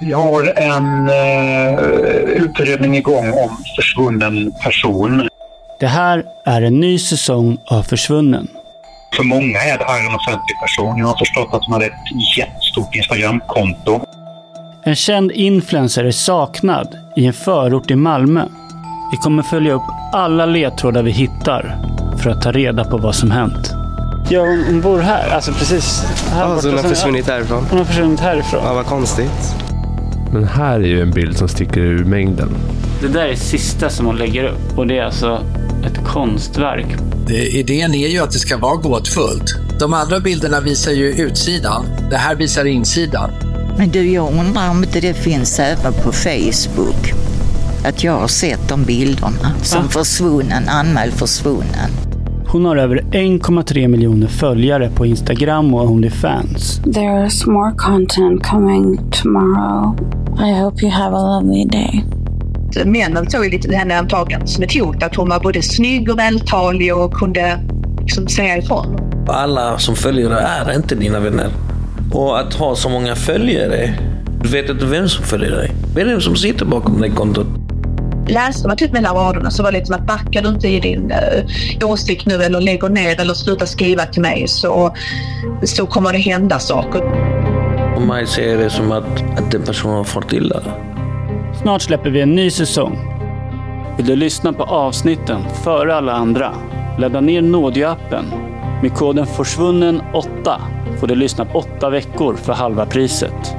Vi har en eh, utredning igång om försvunnen person. Det här är en ny säsong av Försvunnen. För många är det här en offentlig person. Jag har förstått att de hade ett jättestort Instagramkonto. En känd influencer är saknad i en förort i Malmö. Vi kommer följa upp alla ledtrådar vi hittar för att ta reda på vad som hänt. Ja, hon, hon bor här. Alltså precis här Ja, så den Alltså, har Sen- försvunnit härifrån. Hon har försvunnit härifrån. Ja, vad konstigt. Men här är ju en bild som sticker ur mängden. Det där är sista som hon lägger upp och det är alltså ett konstverk. Det, idén är ju att det ska vara gåtfullt. De andra bilderna visar ju utsidan. Det här visar insidan. Men du, jag undrar om inte det finns även på Facebook. Att jag har sett de bilderna som Va? försvunnen, anmäld försvunnen. Hon har över 1,3 miljoner följare på Instagram och Onlyfans. There's more content coming tomorrow. I hope you have a lovely day. Männen såg ju lite henne antagligen som ett hot, att hon var både snygg och vältalig och kunde liksom säga ifrån. Alla som följer dig är inte dina vänner. Och att ha så många följare. Du vet inte vem som följer dig. Vem som sitter bakom det kontot. Läste man typ mellan raderna så var det liksom att backar du inte i din eh, åsikt nu eller lägger ner eller slutar skriva till mig så, så kommer det hända saker. Och man ser det som att, att den personen har fått illa. Snart släpper vi en ny säsong. Vill du lyssna på avsnitten före alla andra? Ladda ner Nådjo-appen. Med koden FORSVUNNEN8 får du lyssna på 8 veckor för halva priset.